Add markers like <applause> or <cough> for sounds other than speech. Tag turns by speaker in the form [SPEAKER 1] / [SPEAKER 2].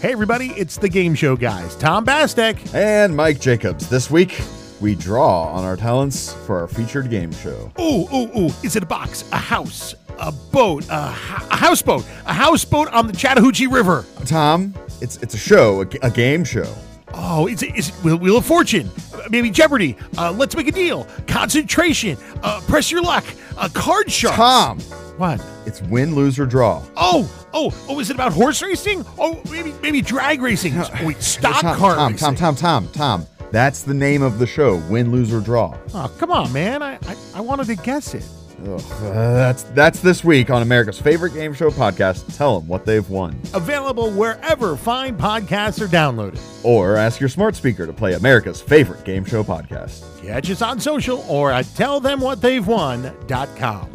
[SPEAKER 1] Hey, everybody, it's the game show guys, Tom Bastek
[SPEAKER 2] And Mike Jacobs. This week, we draw on our talents for our featured game show.
[SPEAKER 1] Ooh, ooh, ooh. Is it a box, a house, a boat, a, ho- a houseboat, a houseboat on the Chattahoochee River?
[SPEAKER 2] Tom, it's it's a show, a, g- a game show.
[SPEAKER 1] Oh, is it, is it Wheel, Wheel of Fortune? Uh, Maybe Jeopardy? Uh, let's make a deal. Concentration. Uh, press your luck. Uh, card shark.
[SPEAKER 2] Tom,
[SPEAKER 1] What?
[SPEAKER 2] it's win, lose, or draw.
[SPEAKER 1] Oh, oh, oh! Is it about horse racing? Oh, maybe maybe drag <laughs> racing. Wait, stock
[SPEAKER 2] Tom,
[SPEAKER 1] car
[SPEAKER 2] Tom,
[SPEAKER 1] racing.
[SPEAKER 2] Tom, Tom, Tom, Tom. That's the name of the show, win, lose, or draw.
[SPEAKER 1] Oh, come on, man! I, I I wanted to guess it.
[SPEAKER 2] Ugh, that's that's this week on America's favorite game show podcast. Tell them what they've won,
[SPEAKER 1] Available wherever fine podcasts are downloaded.
[SPEAKER 2] or ask your smart speaker to play America's favorite game show podcast.
[SPEAKER 1] Catch us on social or at tellthemwhattthey've won.com.